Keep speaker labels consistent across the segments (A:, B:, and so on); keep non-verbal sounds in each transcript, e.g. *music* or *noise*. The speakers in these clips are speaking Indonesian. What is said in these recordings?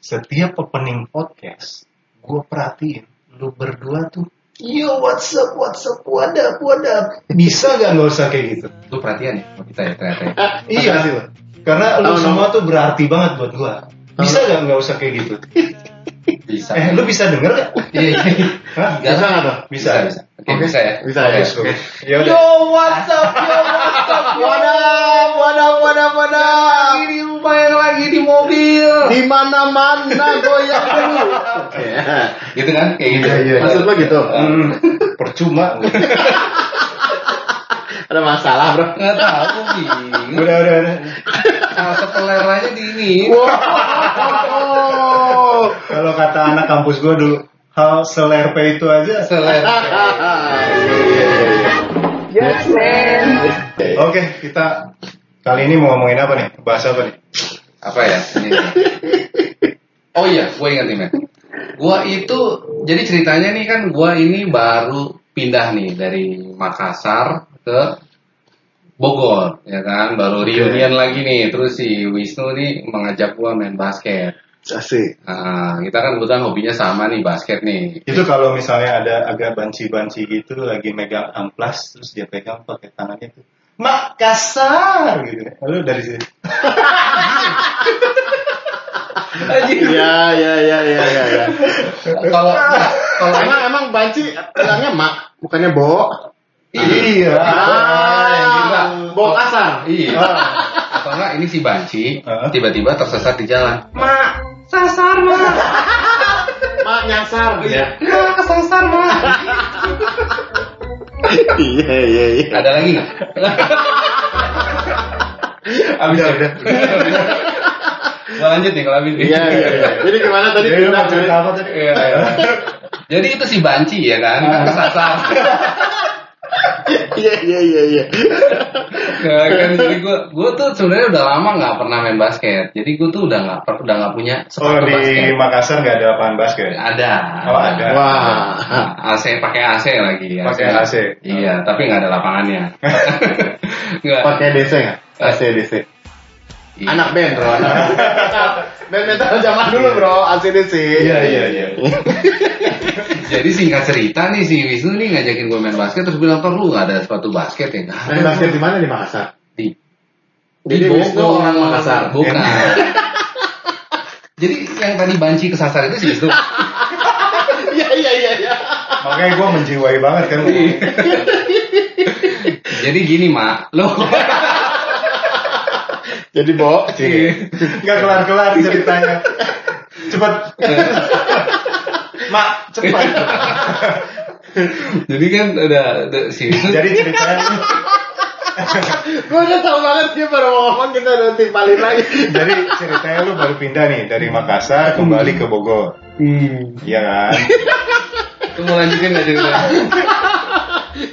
A: setiap opening podcast gue perhatiin lu berdua tuh Yo, what's up, what's up, what up, what up? Bisa gak nggak usah kayak gitu?
B: Lu perhatian ya sama kita ya ternyata ya.
A: iya sih, Bang. karena lu
C: Oh, no.
A: semua tuh berarti banget buat gua. Bisa gak nggak usah kayak gitu?
B: *laughs* Bisa.
A: Eh, lu bisa denger gak?
B: Iya, iya.
A: Hah?
B: Enggak.
C: Bisa nggak dong?
A: Bisa.
B: bisa. Oke, bisa ya.
C: Bisa
B: Oke,
C: ya.
B: oke.
C: Oke.
A: Ya udah.
C: Yo, what's up? Yo, what's up? What up? What up? What up? What up?
B: Lagi di rumah yang lagi di mobil.
C: Di mana mana goyang dulu.
B: Gitu kan? Kayak gitu.
C: Iya, iya. Maksud lo gitu?
B: Eh,
A: Hmm, percuma.
C: Ada masalah bro.
B: Nggak tahu gue bingung.
A: udah, udah, udah.
B: Kalau seteler aja di ini.
C: Wow.
A: Kalau kata anak kampus gua dulu, hal selerpe itu aja.
B: Seteler.
C: Yes man.
A: Oke, kita kali ini mau ngomongin apa nih? Bahas apa nih?
B: Apa ya? Ini. Oh iya, gue ingat nih, men. Gue itu, jadi ceritanya nih kan gue ini baru pindah nih dari Makassar ke Bogor, ya kan? Baru reunion lagi nih. Terus si Wisnu nih mengajak gue main basket.
C: Asik.
B: Nah, kita kan kebetulan hobinya sama nih basket nih.
A: Itu kalau misalnya ada agak banci-banci gitu lagi megang amplas terus dia pegang pakai tangannya tuh. Makassar gitu. Lalu dari situ.
C: Iya iya iya iya iya. Ya.
B: Kalau kalau
C: Emang emang banci bilangnya mak bukannya bo.
A: Iya.
B: Ah,
C: bo kasar.
B: iya.
A: Ah.
B: Atau enggak ini si Banci
A: Heeh.
B: tiba-tiba tersesat di jalan.
C: Mak nyasar. Iya
B: Kesasar mah.
C: iya iya.
B: Ada lagi nggak?
A: Abis udah, udah.
B: Gua lanjut nih kalau habis nih.
C: Iya iya. iya. Jadi gimana tadi
A: Jadi lu mau
C: pindah cuy?
A: cerita apa tadi?
B: Iya, iya. Jadi itu si Banci ya kan,
A: Ah.
B: kan kesasar.
C: Iya iya iya iya.
B: Nah, kan jadi gue gue tuh sebenarnya udah lama nggak pernah main basket. Jadi gue tuh udah nggak per- udah nggak punya
A: Oh
B: sepatu
A: di
B: basket. Iya.
A: Makassar nggak ada lapangan basket?
B: Ada.
A: Oh, ada.
C: Wah.
B: AC pakai AC lagi ya.
A: Pakai AC.
B: Iya, tapi nggak ada lapangannya.
A: *laughs*
B: Nggak.
C: Pakai DC nggak? AC DC.
B: Iya.
C: Anak band bro. anak *laughs* band. Band metal zaman dulu bro. AC DC.
A: Iya iya iya.
B: Jadi singkat cerita nih si Wisnu nih ngajakin gue main basket terus bilang perlu nggak ada sepatu basket ya? Nggak
C: Main
B: ada.
C: basket di mana di Makassar?
B: di
C: Jadi Wisnu orang Makassar. Iya.
B: Bukan. Jadi yang tadi banci kesasar itu si Wisnu.
C: Iya iya iya iya.
A: Makanya gue menjiwai banget kan.
B: Jadi gini mak, lo
C: Jadi bo. Iya.
A: Nggak kelar kelar ceritanya. Cepat. Mak cepat.
B: *laughs* jadi kan udah udah- si Wisnu.
A: Jadi ceritanya
C: Gue udah tau banget dia baru mau ngomong kita udah timpalin lagi.
A: jadi ceritanya lu baru pindah nih dari Makassar kembali ke Bogor. Iya kan?
B: Lu mau lanjutin nggak cerita?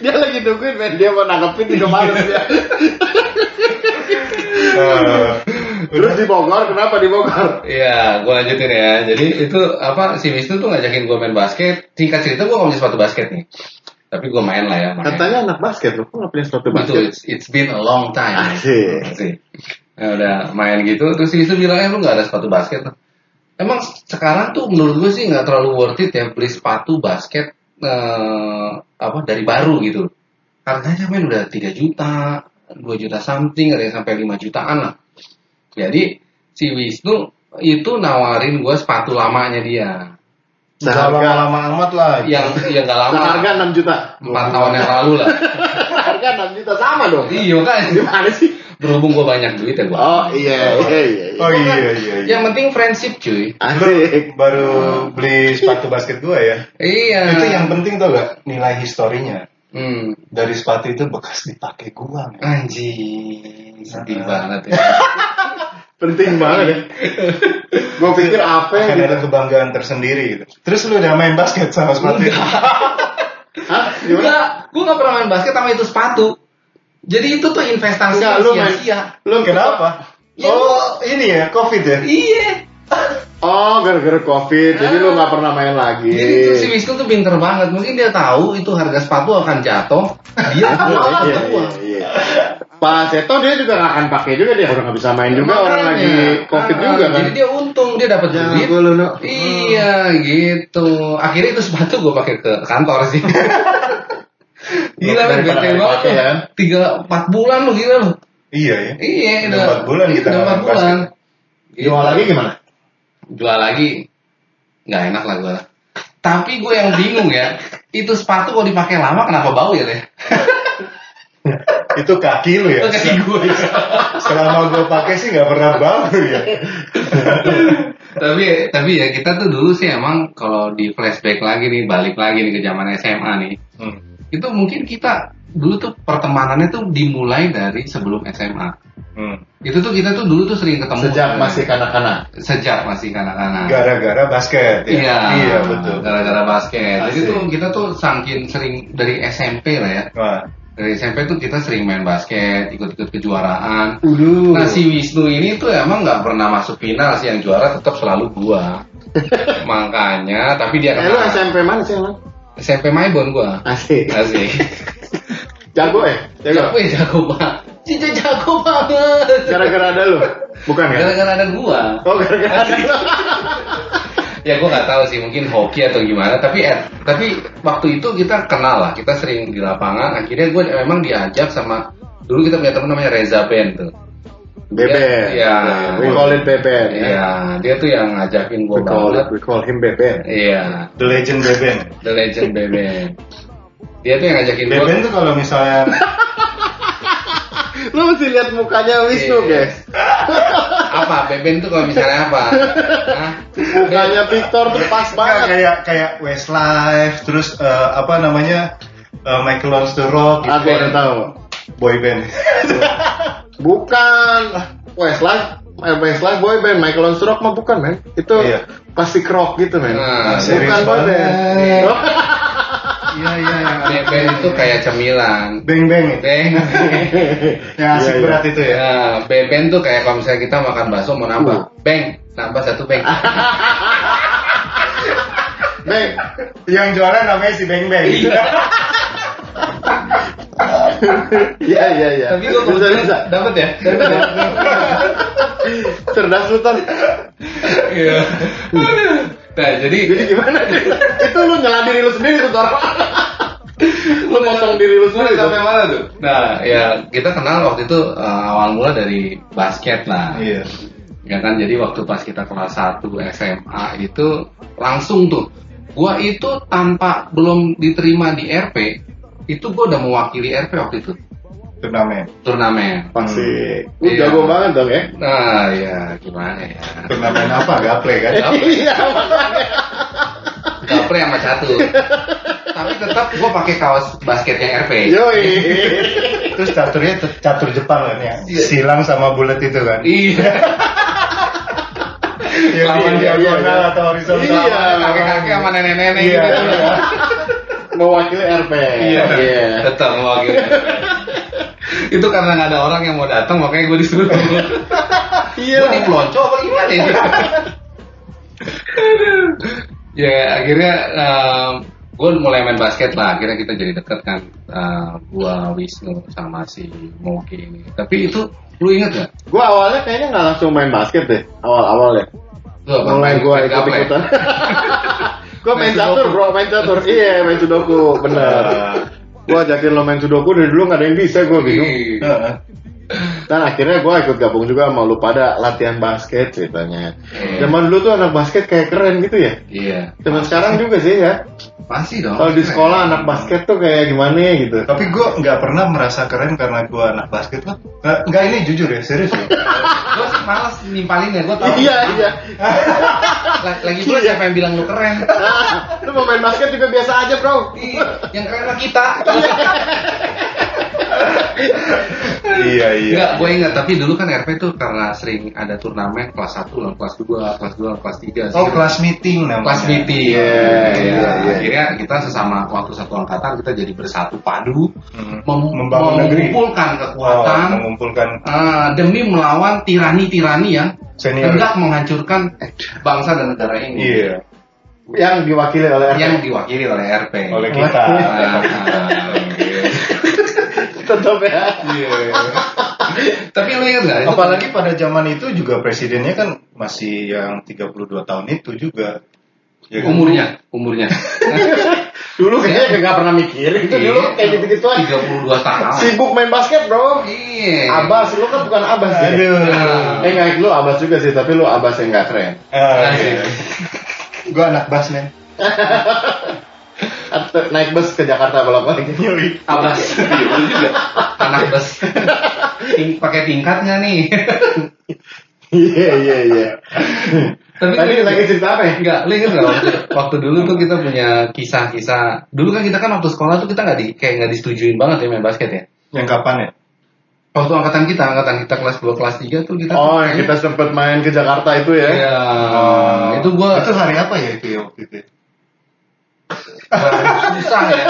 C: Dia lagi nungguin men dia mau nanggepin di ya. males dia.
A: Eh,
C: Terus di Bogor kenapa di Bogor?
B: Iya, gue lanjutin ya. Jadi itu apa si Wisnu tuh ngajakin gue main basket. Singkat cerita gue nggak punya sepatu basket nih. Tapi gue main lah ya. makanya.
C: Katanya anak basket loh, kok nggak punya sepatu
B: Itu
C: basket?
B: it's, it's been a long time.
C: Asik.
B: Asik. Ya udah main gitu terus itu bilang eh lu nggak ada sepatu basket tuh. Emang sekarang tuh menurut gue sih nggak terlalu worth it ya beli sepatu basket eh, apa dari baru gitu. Harganya main udah 3 juta, 2 juta something, ada yang sampai 5 jutaan lah. Jadi si Wisnu itu nawarin gue sepatu lamanya dia.
A: Gak
C: Seharga
A: lama-lama amat lah.
B: Yang yang gak lama,
C: Seharga 6 juta.
B: 4 tahun yang lalu lah.
C: Seharga 6 juta sama dong.
B: iya kan,
C: Gimana sih?
B: berhubung gue banyak duit ya gue.
C: Oh iya iya iya. iya.
A: Oh iya iya. iya.
B: Yang penting friendship cuy.
C: Asik.
A: Baru beli sepatu basket gue ya.
B: Iya.
A: Itu yang penting tau gak nilai historinya.
B: hmm.
A: Dari sepatu itu bekas dipakai gua. men.
B: anjing sedih banget
C: *laughs*
B: ya.
C: Penting banget ya. Gue pikir apa
A: Kan
C: gitu.
A: ada kebanggaan tersendiri gitu. Terus lu udah main basket sama sepatu itu?
C: Hah? Gimana?
B: Enggak, gua gak pernah main basket sama itu sepatu. Jadi itu tuh investasi
C: Enggak,
B: yang
C: lu main.
B: sia-sia.
A: Lu kenapa?
B: Ya,
A: oh, ini ya, covid ya?
B: Iya.
C: Oh, gara-gara covid, jadi lu nggak pernah main lagi.
B: Jadi tuh si Wisnu tuh pinter banget. Mungkin dia tahu itu harga sepatu akan jatuh. Dia
C: Iya,
B: tahu
C: iya, iya, iya. Pak Seto dia juga nggak akan pakai juga dia orang nggak bisa main juga orang lagi covid juga kan.
B: Ah, Jadi dia untung, dia dapat
C: Jangan
B: duit.
C: gua lu, no.
B: Iya gitu. Akhirnya itu sepatu gue pakai ke kantor
A: *laughs*
B: sih. gila lu
A: Daripada
B: bete
A: nggak
B: banget
A: dipakai,
B: lu.
A: kan?
B: Tiga empat bulan lu gila lu.
A: Iya ya.
B: Iya,
A: Udah empat bulan kita
B: udah
A: nggak
B: empat
A: main
B: bulan. Gitu.
A: Jual lagi gimana?
B: Jual lagi. Nggak enak lah gue. Tapi gue yang bingung ya. Itu sepatu kalau dipakai lama kenapa bau ya deh?
A: Itu kaki lu ya.
B: Kaki gue.
A: Selama gue pakai sih nggak pernah bau ya.
B: *laughs* tapi tapi ya kita tuh dulu sih emang kalau di flashback lagi nih balik lagi nih ke zaman SMA nih
A: Hmm.
B: itu mungkin kita dulu tuh pertemanannya tuh dimulai dari sebelum SMA
A: Hmm.
B: itu tuh kita tuh dulu tuh sering ketemu
A: Sejak masih kan- kanak-kanak.
B: sejak masih kanak-kanak
A: Gara-gara basket. ya?
B: iya
A: Iya betul.
B: gara-gara basket jadi
A: Asik.
B: tuh kita tuh sangkin sering dari SMP lah ya
A: Wah.
B: dari SMP tuh kita sering main basket ikut-ikut kejuaraan
C: Ulu.
B: Nah si Wisnu ini tuh emang nggak pernah masuk final sih yang juara tetap selalu
A: *laughs*
B: gua. Makanya tapi dia
C: Eh lu
B: kena SMP,
C: SMP mana sih emang?
B: Maibon gua.
C: Asik.
B: Asik.
A: *laughs*
C: Jago eh?
B: Jago
C: Jago.
B: ya jago banget. Cica jago banget.
C: Gara-gara kan? ada lu. Bukan kan?
B: Gara-gara ada gua.
C: Oh, gara-gara ada lu.
B: *laughs* Ya gua nggak tahu sih mungkin hoki atau gimana tapi eh, tapi waktu itu kita kenal lah kita sering di lapangan akhirnya gua memang diajak sama dulu kita punya teman namanya Reza Ben tuh.
C: Beben.
B: Iya.
C: We call it Beben. ya.
B: Iya, dia tuh yang ngajakin gua
C: We call it,
B: banget.
C: we call him Beben.
B: Iya.
A: The Legend Beben.
B: The Legend Beben. Dia tuh yang ngajakin gue.
A: Beben tuh kalau misalnya
C: Lu mesti lihat mukanya Wisnu,
B: Iya.
C: guys.
B: Apa? Beben tuh kalau misalnya
C: *laughs*
B: apa? Hah?
C: Mukanya
B: Iya.
C: Victor tuh *laughs* pas
A: Nggak,
C: banget.
A: kayak kayak Westlife, terus eh, apa namanya eh, Michael Learns to Rock,
C: Aku
A: gitu,
B: Iya.
C: udah tahu.
A: boy band.
C: Bukan. Westlife, eh, Westlife boy band, Michael Learns to Rock mah bukan, men. Itu
A: Iya.
C: pasti rock gitu, men.
B: Nah,
C: bukan
A: serius
C: boy band.
A: banget.
C: Oh,
A: Iya iya.
B: Beben itu kayak cemilan.
A: Beng beng.
B: Beng. *laughs*
A: Yang asik
C: Iya, iya.
A: berat itu ya.
B: Ya, Beben tuh kayak kalau misalnya kita makan bakso mau
C: Uh.
B: nambah. Beng, nambah satu
C: *laughs*
B: beng.
C: Bang,
A: Yang jualan namanya si Beng Beng.
C: iya iya iya.
B: Tapi gue
C: bisa bisa.
B: kebetulan dapet ya? Dapet ya?
C: Cerdas lu Ton.
B: *laughs* Iya. Aduh. Nah, jadi
C: Jadi gimana? itu lu nyala diri lu sendiri tuh, Tor. lu motong diri lu sendiri. Tor.
B: sampai mana tuh? Nah, ya kita kenal waktu itu eh, awal mula dari basket lah.
A: Iya.
B: Ya kan jadi waktu pas kita kelas 1 SMA itu langsung tuh gua itu tanpa belum diterima di RP itu gua udah mewakili RP waktu itu
A: Turnamen.
B: turnamen.
C: Pasti.
B: Hmm.
C: Lu
B: Iya.
C: jago banget dong ya.
B: Nah ya gimana ya.
A: Turnamen apa? Gaple kan?
B: Gaple.
C: Iya.
B: Gaple sama satu. Tapi tetap gua pakai kaos basketnya RP.
C: Yoi.
A: Terus caturnya t- catur Jepang kan ya.
B: Iya.
A: Silang sama bulat itu kan.
B: Iya.
A: Yang
B: Lawan
A: di
B: dia,
A: diagonal
C: iya.
A: atau horizontal.
C: Iya.
B: Kakek-kakek sama nenek-nenek
A: Iya.
B: gitu.
A: iya.
C: Mewakili RP.
B: Iya. Tetap mewakili. gitu. itu karena nggak ada orang yang mau datang makanya gue disuruh tunggu.
C: Iya.
B: Gua dipelonco apa gimana ya? Aduh. ya akhirnya gue mulai main basket lah. Akhirnya kita jadi deket kan. Eh, gua Wisnu sama si Moki ini. Tapi itu lu inget gak?
C: Gua awalnya kayaknya nggak langsung main basket deh. Awal-awal ya.
B: Lu apa,
C: Mulai
B: main- ya?
C: gua
B: main
C: ikut
B: gaple?
C: ikutan. Gua main
B: Main
C: catur
B: sudoku.
C: bro, main catur. Iya, main sudoku, bener. Gua ajakin lo main sudoku dari dulu nggak ada yang bisa, gua bingung.
B: Ih.
A: Heeh.
C: Dan akhirnya gua ikut gabung juga sama lu pada latihan basket ceritanya.
B: Iya.
C: Zaman dulu tuh anak basket kayak keren gitu ya.
B: Iya.
C: Zaman sekarang juga sih ya.
B: Pasti dong.
C: Kalau di sekolah anak basket tuh kayak gimana gitu.
A: Tapi gue nggak pernah merasa keren karena gue anak basket lah. Nggak, nggak, ini jujur ya, serius ya.
B: Gue malas nimpalin ya. Gue tau.
C: Iya, iya.
B: La- Lagi pula siapa yang bilang lu keren?
C: Ah, Lu mau main basket juga biasa aja, Bro.
B: Ih, yang keren mah kita.
A: iya iya.
B: Enggak, gue ingat. Tapi dulu kan RP tuh karena sering ada turnamen kelas 1, lawan kelas 2, kelas 2, lawan kelas 3.
A: Oh kelas meeting namanya.
B: kelas meeting.
C: Iya,
B: Iya,
C: iya, iya.
B: Akhirnya kita sesama waktu satu angkatan kita jadi bersatu padu
A: Hmm.
B: mem-
A: Membangun negeri.
B: mengumpulkan
C: Oh,
A: Wow,
B: kekuatan
A: mengumpulkan
B: eh, demi melawan Ah, tirani-tirani yang
A: senior
B: hendak menghancurkan bangsa dan negara ini
A: iya
C: yang diwakili oleh
B: yang diwakili oleh RP.
A: oleh kita
B: Ah, ah, oke.
C: tetap ya
B: Tapi lo ingat nggak? itu-
A: Iya. apalagi pada zaman itu juga presidennya kan masih yang 32 tahun itu juga Ya kan?
B: umurnya, umurnya.
C: dulu kayaknya nggak pernah mikirin itu dulu
B: Iya.
C: kayak gitu gituan
B: 32 tahun.
C: sibuk main basket bro
B: Iya.
C: abas lu kan bukan abas ya
A: aduh
B: Ah.
C: eh nggak lu abas juga sih tapi lu abas yang nggak keren
A: Ah, iya. gue anak bas men
C: Atau naik bus ke Jakarta bolak balik
B: Abas. Iya, bener juga. Anak bas. Ting- pakai tingkatnya nih.
C: iya iya iya
B: Tapi
C: tadi lagi cerita apa ya
B: Enggak, lu inget nggak waktu, waktu dulu tuh kita punya kisah-kisah. Dulu kan kita kan waktu sekolah tuh kita nggak di kayak nggak disetujuin banget ya main basket ya.
A: yang kapan ya
B: Waktu angkatan kita, angkatan kita kelas 2, kelas 3 tuh kita
C: oh yang kita sempet main ke Jakarta itu ya
B: Iya.
A: Oh.
B: itu gua
A: itu hari apa ya itu ya waktu itu ya?
B: susah ya.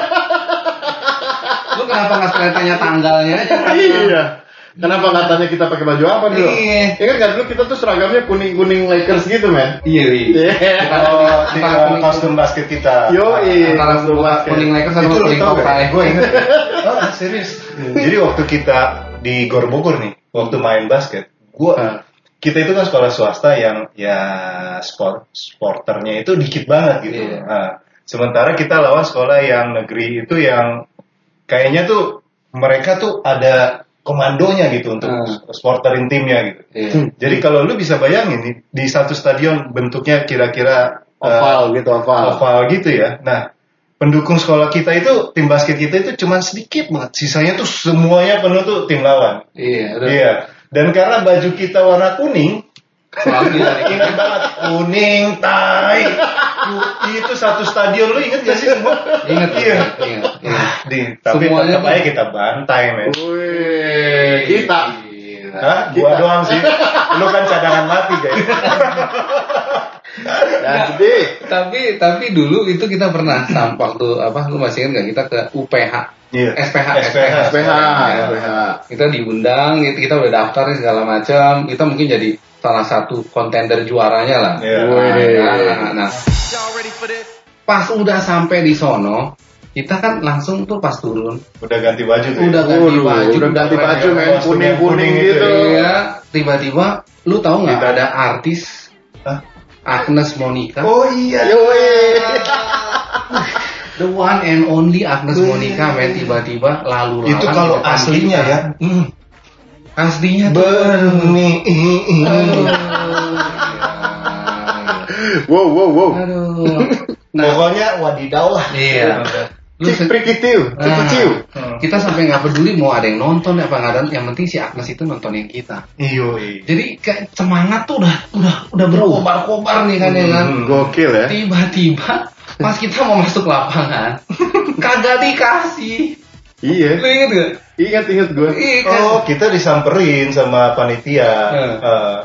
B: Lu kenapa nggak sekalian tanya tanggalnya aja?
C: iya Kenapa katanya kita pakai baju apa dulu?
B: Iya.
C: Ingat nggak dulu kita tuh seragamnya kuning-kuning Lakers gitu, men?
B: Iya, iya.
C: Iya.
A: Oh, di
B: Antara
A: uh,
B: kuning-
A: kostum basket kita.
C: Yo, iya.
B: Antara kuning Lakers
A: itu
B: sama
A: lo
B: kuning
A: tau
B: Popeye.
A: gak? Gue inget. Oh, serius. Jadi waktu kita di Gor Bogor nih, waktu main basket,
C: Ah.
A: gua kita itu kan sekolah swasta yang ya sport sporternya itu dikit banget gitu.
B: Iya.
A: Nah, sementara kita lawan sekolah yang negeri itu yang kayaknya tuh mereka tuh ada komandonya gitu untuk
B: Ah.
A: sporterin timnya gitu.
B: Iya.
A: Jadi kalau lu bisa bayangin nih, di satu stadion bentuknya kira-kira eh,
C: Oval gitu,
B: Ah.
C: oval.
A: oval gitu ya. Nah, pendukung sekolah kita itu tim basket kita itu cuma sedikit banget. Sisanya tuh semuanya penuh tuh tim lawan.
B: Iya,
A: Iya.
B: udah.
A: Dan karena baju kita warna kuning,
B: Selalu ditanya.
A: ingat banget kuning tai. itu satu stadion lu inget gak sih semua?
B: Ingat,
A: Iya.
B: ingat, ingat, ingat.
A: Di, tapi
B: Semuanya
A: tetap
B: tuh- Oh.
A: aja kita bantai men.
C: Wih, kita.
B: Gila.
A: Hah?
B: Iya.
A: Gua doang sih. Lu kan cadangan mati guys.
C: Ya, jadi
B: Tapi tapi dulu itu kita pernah sam waktu apa lu masih ingat nggak kita ke UPH
A: Iya.
B: SPH
A: SPH.
C: SPH,
B: Ya.
C: SPH.
B: kita diundang gitu, kita udah daftar nih, segala macam kita mungkin jadi salah satu kontender juaranya lah
A: Iya.
B: Nah,
C: Wih.
B: nah, nah, nah. pas udah sampai di sono kita kan langsung tuh pas turun
A: Udah ganti baju tuh. ya?
B: udah ganti
C: Waduh,
B: baju
C: udah ganti
A: udah
C: baju,
A: pakai
C: men.
A: kostum yang
C: Kuning-kuning
A: kuning
C: gitu.
A: gitu
B: Iya, tiba-tiba lu tahu nggak ada artis
A: Hah?
B: Agnes Monica
A: Oh iya.
B: The one and only Agnes Monica men tiba-tiba lalu lalang
A: itu kalau
B: di depan
A: aslinya
B: kita.
A: ya. Hmm.
B: aslinya tuh
A: Bermi.
C: *laughs* Wow, wow, wow.
B: aduh nah
A: Pokoknya wadidaw lah.
B: iya lu
C: Cik
B: se- Nah,
C: prikitiu, cikitiu.
A: Hmm.
B: kita sampai nggak peduli mau ada yang nonton apa nggak ada yang penting si Agnes itu nontonin kita
A: Iyo.
B: jadi kayak semangat tuh udah udah udah berkobar-kobar nih kan ya kan
C: Gokil ya.
B: tiba-tiba pas kita mau masuk lapangan *laughs* kagak dikasih
C: Iya.
B: lu inget gak?
C: Ingat ingat gue.
B: Iya kan?
A: Oh kita disamperin sama panitia.
B: Hmm.
A: Eh,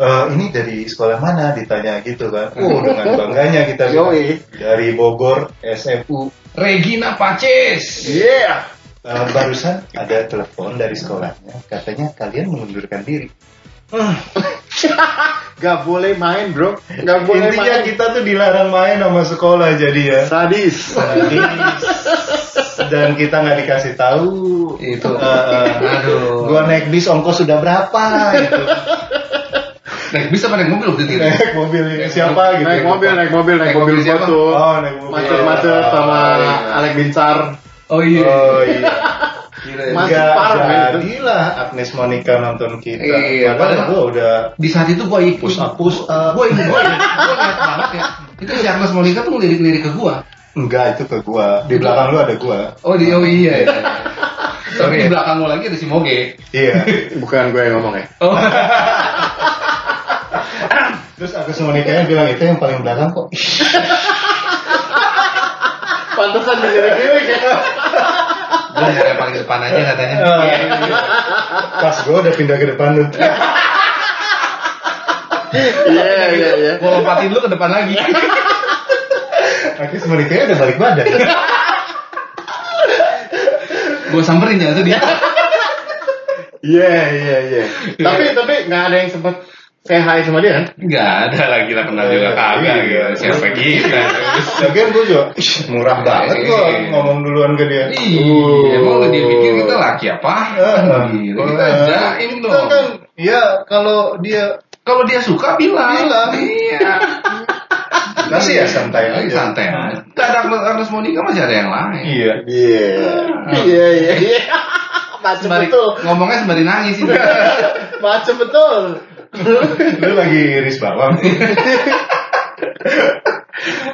A: eh, ini dari sekolah mana ditanya gitu kan?
B: Hmm.
A: Oh dengan bangganya kita bilang,
C: Yoi.
A: dari Bogor SMU.
B: Regina Paces
C: Yeah.
A: Eh, barusan ada telepon dari sekolahnya, katanya kalian mengundurkan diri.
C: Gak boleh main bro. Gak boleh
A: Intinya
C: main.
A: kita tuh dilarang main sama sekolah jadi ya.
C: Sadis.
A: dan kita nggak dikasih tahu
B: Itu.
A: Eh,
B: Aduh.
A: gua naik bis ongkos sudah berapa gitu
B: naik Nah, bisa apa naik mobil waktu itu ya?
A: naik mobil siapa gitu
C: Naik mobil, naik mobil, naik
B: Naik mobil
C: mobil iya. gua
B: siapa?
C: tuh.
A: oh naik mobil
C: Macet-macet sama Alek Bincar.
B: oh iya
A: oh iya
B: Gila ya.
C: Masih
A: Nggak
C: parah, men.
A: jadi lah Agnes Monica nonton kita
B: Iya,
A: padahal
B: padahal-
A: gua udah
B: di saat itu gue ikut
A: push up push up
B: gue inget gue inget banget ya itu si Agnes Monica tuh ngelirik-ngelirik ke gue
A: enggak itu ke gua di belakang lu ada gua
B: oh di oh iya ya. Sorry, di belakang lo lagi ada si Moge. *laughs*
A: iya
C: Bukan gue yang ngomong ya.
B: Oh,
A: terus Agnes Monica bilang itu yang paling belakang kok
C: Pantesan dilirik-lirik ya.
B: gue mau yang paling depan aja katanya.
A: pas gua udah pindah ke depan *laughs* lu
C: Iya, iya, iya.
B: Gue lompatin lu ke depan lagi.
A: Agnes Monica udah balik badan
B: gue samperin ya tuh dia.
C: Iya, iya, iya. Tapi tapi nggak ada yang sempat Saya hai sama dia kan?
B: Nggak ada lagi lah kenal
A: Iya,
B: juga kagak
A: iya.
B: gitu. Siapa kita?
A: Lagian gue juga, "Ih, murah banget gue ngomong duluan ke dia.
B: Iya, emang dia pikir kita laki apa? Gitu, kita
A: Eh,
B: ajain
A: kita
B: dong.
A: Kan, ya kalau dia
B: Kalau dia suka bilang.
A: Bilang.
B: Iya.
A: kasih ya santai
B: Tapi
A: aja.
B: santai aja. Tidak Agnes Monica masih ada yang lain.
A: Iya.
C: Iya. Iya, iya, iya. *laughs* Macem
B: Sembari,
C: betul.
B: ngomongnya sembari nangis
C: *laughs*
B: ini.
C: Macem betul.
A: Lu lagi iris
B: *laughs*
A: bawang.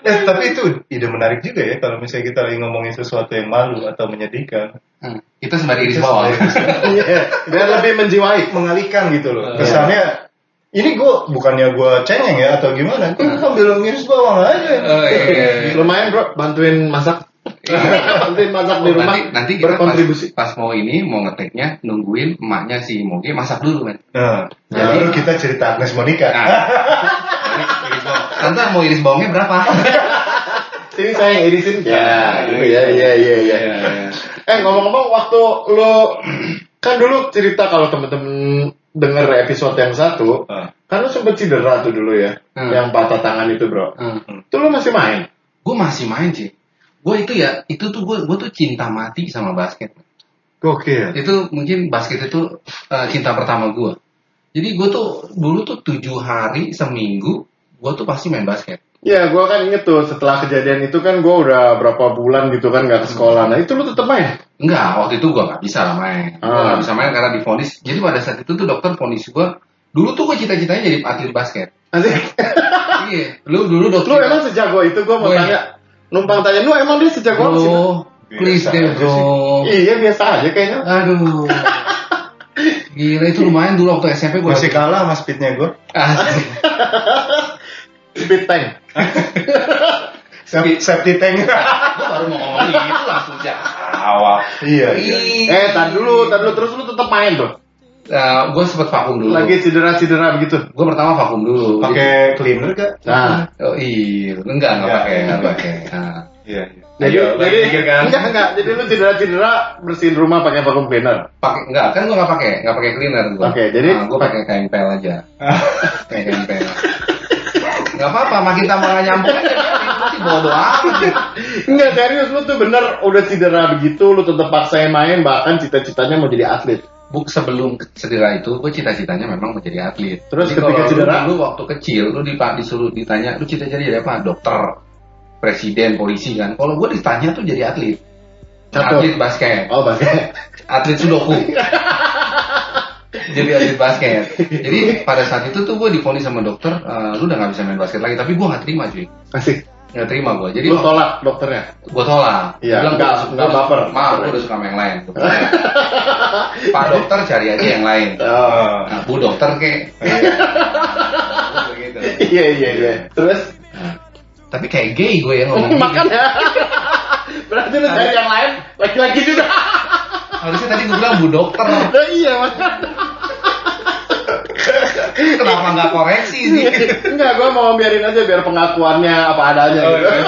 A: eh tapi itu ide menarik juga ya kalau misalnya kita lagi ngomongin sesuatu yang malu atau menyedihkan.
B: Hmm, Kita sembari iris bawang.
C: Iya.
A: Biar lebih menjiwai, mengalihkan gitu
B: Iya.
A: loh. Kesannya ini gue bukannya gue cengeng ya atau gimana? Gue sambil ngiris bawang aja.
B: *laughs* Oh, iya.
C: Lumayan bro, bantuin masak. *laughs* bantuin masak di
B: Oh,
C: rumah.
B: nanti, nanti kita pas,
C: berkontribusi.
B: pas mau ini mau ngeteknya nungguin emaknya si Moge masak dulu men.
A: Nah, baru kita cerita Agnes
C: *laughs*
A: Monica. Ah,
B: Nah, tante mau iris bawangnya berapa?
C: Sini saya yang irisin. Ya, gitu ya, iya, iya, iya. Eh ngomong-ngomong waktu lo kan dulu cerita kalau temen-temen denger episode yang satu,
A: Ah.
C: kan lo sempet cedera tuh dulu ya,
B: Hmm.
C: yang patah tangan itu bro. Itu lo masih main?
B: Gue masih main sih. Gue itu ya, itu tuh gue gue tuh cinta mati sama basket.
C: Gokil.
B: Itu mungkin basket itu eh, cinta pertama gue. Jadi gue tuh dulu tuh tujuh hari seminggu gue tuh pasti main basket.
C: Ya gue kan inget tuh setelah kejadian itu kan gue udah berapa bulan gitu kan gak ke sekolah. Nah itu lo tetep main?
B: Enggak, waktu itu gue nggak bisa lah main. Gue
C: Ah.
B: nggak bisa main karena difonis. Jadi pada saat itu tuh dokter fonis gue. Dulu tuh gue cita-citanya jadi atlet basket.
C: Asik.
B: Iya, lu dulu dokter.
C: lo emang sejago itu gue mau
B: Gue-
C: tanya. Numpang tanya, lu emang dia sejago apa sih? Bro?
B: Bro, please
A: Biasa
B: deh
A: aja
B: bro.
C: Iya biasa aja kayaknya.
B: Aduh. Gila itu lumayan dulu waktu SMP gue
A: Masih kalah mas pitnya gue.
C: Speed tank.
A: Safety *laughs* tank.
B: baru mau ngomong itu langsung
A: Awal. Iya. iya.
C: Eh, tar dulu, tar dulu terus lu tetep main tuh.
B: gue Nah, sempet vakum dulu.
C: Lagi cedera-cedera begitu.
B: Gue pertama vakum dulu.
A: Pakai cleaner gak?
C: Nah,
B: Oh, iya, enggak enggak
A: Ya.
B: pakai, enggak pakai. Ah.
A: Iya. iya.
C: jadi
A: Ayo, lagi
C: jadi
A: mikir kan?
C: enggak enggak. Jadi lu cedera-cedera bersihin rumah pakai vacuum cleaner.
B: Pakai enggak, kan gue enggak pakai, enggak pakai cleaner gue.
C: Oke, jadi-
B: gue pakai kain pel aja. kain kain pel. Enggak apa-apa, makin tambah nggak nyambung aja. Nanti bodoh amat.
C: Enggak serius lu tuh bener udah cedera begitu lu tetap paksain main bahkan cita-citanya mau jadi atlet.
B: Buk sebelum cedera itu, gue cita-citanya memang menjadi atlet.
C: Terus
B: Jadi
C: ketika
B: kalau
C: cedera?
B: lu, lu waktu kecil, lu dipa- disuruh ditanya, lu cita-citanya jadi apa? Dokter, presiden, polisi kan. Kalau gue ditanya tuh jadi atlet.
C: Satu.
B: Atlet basket,
C: Oh, pakai.
B: atlet
C: *laughs*
B: sudoku. jadi atlet basket. Jadi pada saat itu tuh gue difonis sama dokter, "Eh, lu udah nggak bisa main basket lagi. Tapi gue nggak terima cuy,
C: Kasih.
B: nggak terima gue. Jadi
C: Lu tolak dokternya.
B: gue tolak.
C: Iya,
B: Gua bilang,
C: nggak-
B: "Gua-
C: nggak
B: gua-
C: baper."
B: Maaf, gue udah suka sama yang lain. Gua
C: *laughs*
B: bilang, Pak dokter cari aja yang lain.
C: Oh,
A: Ah.
B: Nah, bu dokter kek.
A: Iya,
B: Begitu.
C: Iya iya iya. Terus
B: Nah, tapi kayak gay gue ya
C: *laughs*
B: ngomong.
C: makan ya. Berarti lu cari yang lain laki-laki
A: *laughs*
C: juga.
B: Harusnya tadi gue bilang bu dokter.
C: Nah, iya makan.
B: Kenapa nggak koreksi sih?
C: Enggak, gue mau biarin aja biar pengakuannya apa adanya
A: Oh,
C: gitu.
A: iya.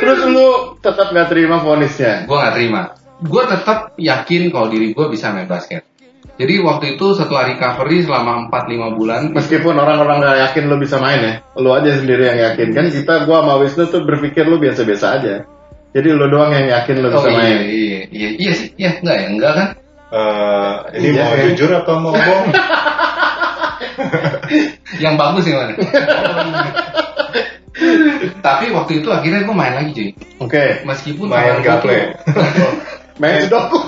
C: Terus lu tetap nggak terima vonisnya?
B: gue nggak terima. Gue tetap yakin kalau diri gue bisa main basket. Jadi waktu itu setelah recovery selama 4-5 bulan,
C: Meskipun orang-orang nggak yakin lu bisa main ya, lu aja sendiri yang yakin kan kita gua sama Wisnu tuh berpikir lu biasa-biasa aja. Jadi lu doang yang yakin lu
B: oh
C: bisa
B: iya,
C: main.
B: iya, iya, iya sih, iya, enggak ya, enggak kan?
A: Eh, ini
C: Iya,
A: mau
C: iya.
A: jujur apa mau *laughs* bohong?
B: Yang bagus yang mana? Tapi waktu itu akhirnya gue main lagi cuy.
C: Oke,
B: Meskipun
A: Main
B: tangan gua
A: *laughs*
B: tuh-
A: gaple.
C: main sudoku.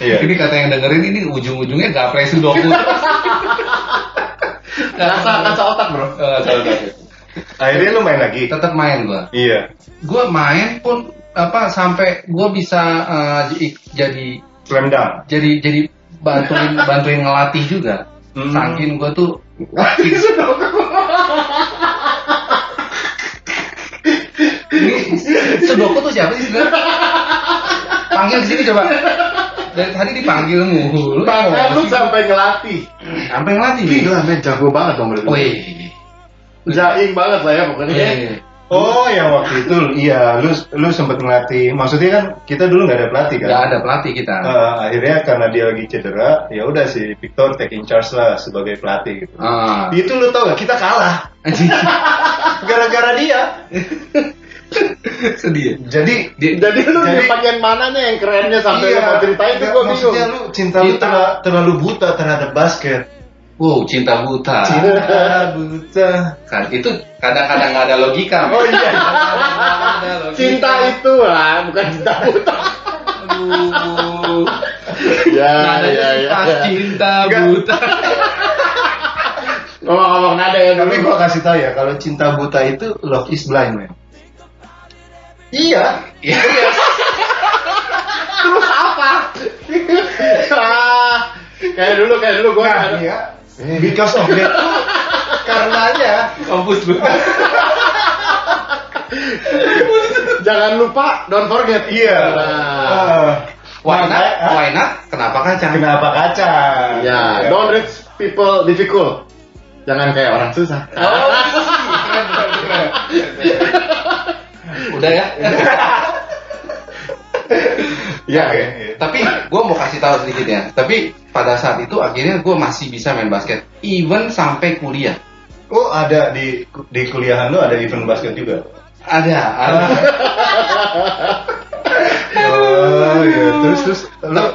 A: Iya.
B: Ini kata yang dengerin ini ujung-ujungnya gaple sudoku.
C: Rasa rasa otak bro.
A: Akhirnya lu main lagi.
B: Eh, Tetap main gua.
A: Iya.
B: Gua main pun apa sampai gua bisa eh, j- jadi
A: Slam dunk.
B: jadi jadi bantuin *laughs* bantuin ngelatih juga.
A: Hmm.
B: Saking gua tuh Ini Sudoku tuh siapa sih sebenarnya? Panggil sini coba. Dari tadi dipanggil mulu.
C: Bahkan Kan lu sampai ngelatih.
B: sampai ngelatih.
C: Gila men, jago banget dong berarti.
B: Wih.
C: Jaing banget lah ya pokoknya.
B: Iya.
A: Oh, yang waktu itu, iya, lu lu sempet ngelatih. Maksudnya kan kita dulu nggak ada pelatih kan?
B: nggak ada pelatih kita
A: Eh, akhirnya karena dia lagi cedera, ya udah si Victor taking charge lah sebagai pelatih gitu.
B: Ah.
A: Itu lu tau gak? Kita kalah
B: Anjing.
A: *laughs* gara-gara dia.
B: sedih ya?
A: Jadi
B: Dia-
C: Jadi lu
A: Jadi-
C: di bagian mananya yang kerennya sampai lu mau ceritain
A: Iya.
C: tuh
A: nggak,
C: gue
A: maksudnya
C: bingung.
A: lu cinta lu
B: Cinta.
A: terla- terlalu buta terhadap basket.
B: wow cinta
A: *laughs*
B: buta
A: Cinta buta.
B: kan itu kadang-kadang nggak ada logika
A: Oh *laughs* iya.
B: Nggak ada logika.
C: Cinta itu lah, bukan cinta buta.
B: Aduh.
C: ya,
B: Nadanya pas
A: ya.
B: cinta
A: Iya, Nggak.
B: buta
C: Ngomong-ngomong nada ya
A: Tapi
C: dulu.
A: gua kasih tahu ya kalau cinta buta itu love is blind man.
C: Iya.
B: Iya.
C: Terus apa? ah, kayak dulu, kayak dulu gue.
A: Nah, iya. Because of that *laughs* tuh, karenanya
B: kampus buta
C: Jangan lupa, don't forget.
A: Iya.
C: Nah.
B: why
A: Nah,
B: not
A: ah,
B: why not kenapa kacang
A: Kenapa kaca?
C: Ya, don't rich people difficult. Jangan kayak orang susah.
B: udah ya
A: Iya.
C: Oke.
B: tapi gue mau kasih tahu sedikit ya tapi pada saat itu akhirnya gue masih bisa main basket even sampai kuliah
A: Oh ada di di kuliahan lu ada event basket juga.
B: ada ada
A: Oh iya. Terus terus lu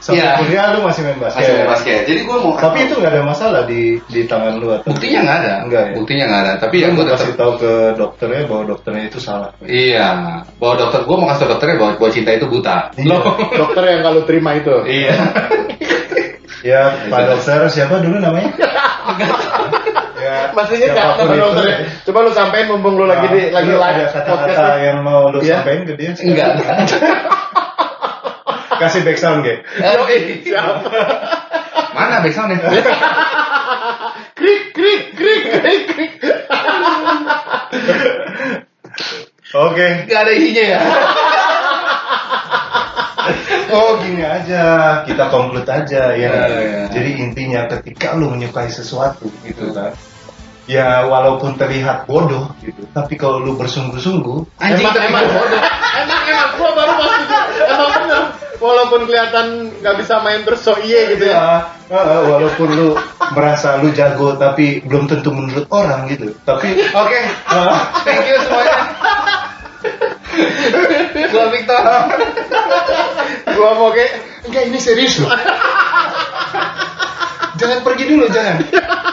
A: sampai
B: Iya.
A: kuliah lu masih main basket.
B: masih main basket jadi gue mau
A: Tapi itu nggak ada masalah di di tangan lu atau
B: buktinya nggak ada
A: Nggak ya?
B: buktinya nggak ada tapi ya
A: Lu
B: gue
A: mau
B: tetap
A: kasih tahu ke dokternya bahwa dokternya itu salah.
B: iya bahwa dokter gue mau kasih tau dokternya bahwa, bahwa cinta itu buta
A: Loh.
C: *laughs* Dokter yang kalau terima itu.
B: iya *laughs*
A: Ya, Pak Dokter siapa dulu namanya? ya,
C: Maksudnya
A: siapapun
C: jangan sama
A: itu.
C: dokternya. Coba lu sampein mumpung lu lagi di
A: Nah,
C: lagi
A: lu
C: live
A: ada
C: podcast.
A: kata-kata yang mau lu
C: Iya.
A: sampaikan ke dia
B: enggak
A: kasih back sound gak?
B: Eh, mana backsoundnya
C: Krik krik krik krik krik.
A: oke
B: nggak ada isinya ya
A: oh gini aja kita conclude aja ya
B: Iya, iya.
A: jadi intinya ketika lu menyukai sesuatu gitu kan ya walaupun terlihat bodoh gitu tapi kalau lu bersungguh-sungguh
B: anjing
C: emang,
B: tapi
C: emang bodoh. Emang emang gua baru masuk. Emang bener. Walaupun kelihatan nggak bisa main terus so iye gitu ya.
A: Ya, eh, walaupun lu merasa lu jago tapi belum tentu menurut orang gitu. Tapi oke, eh,
B: thank you semuanya gue Victor
A: Iya.
C: Gua mau kayak enggak ini serius.
A: jangan pergi dulu jangan.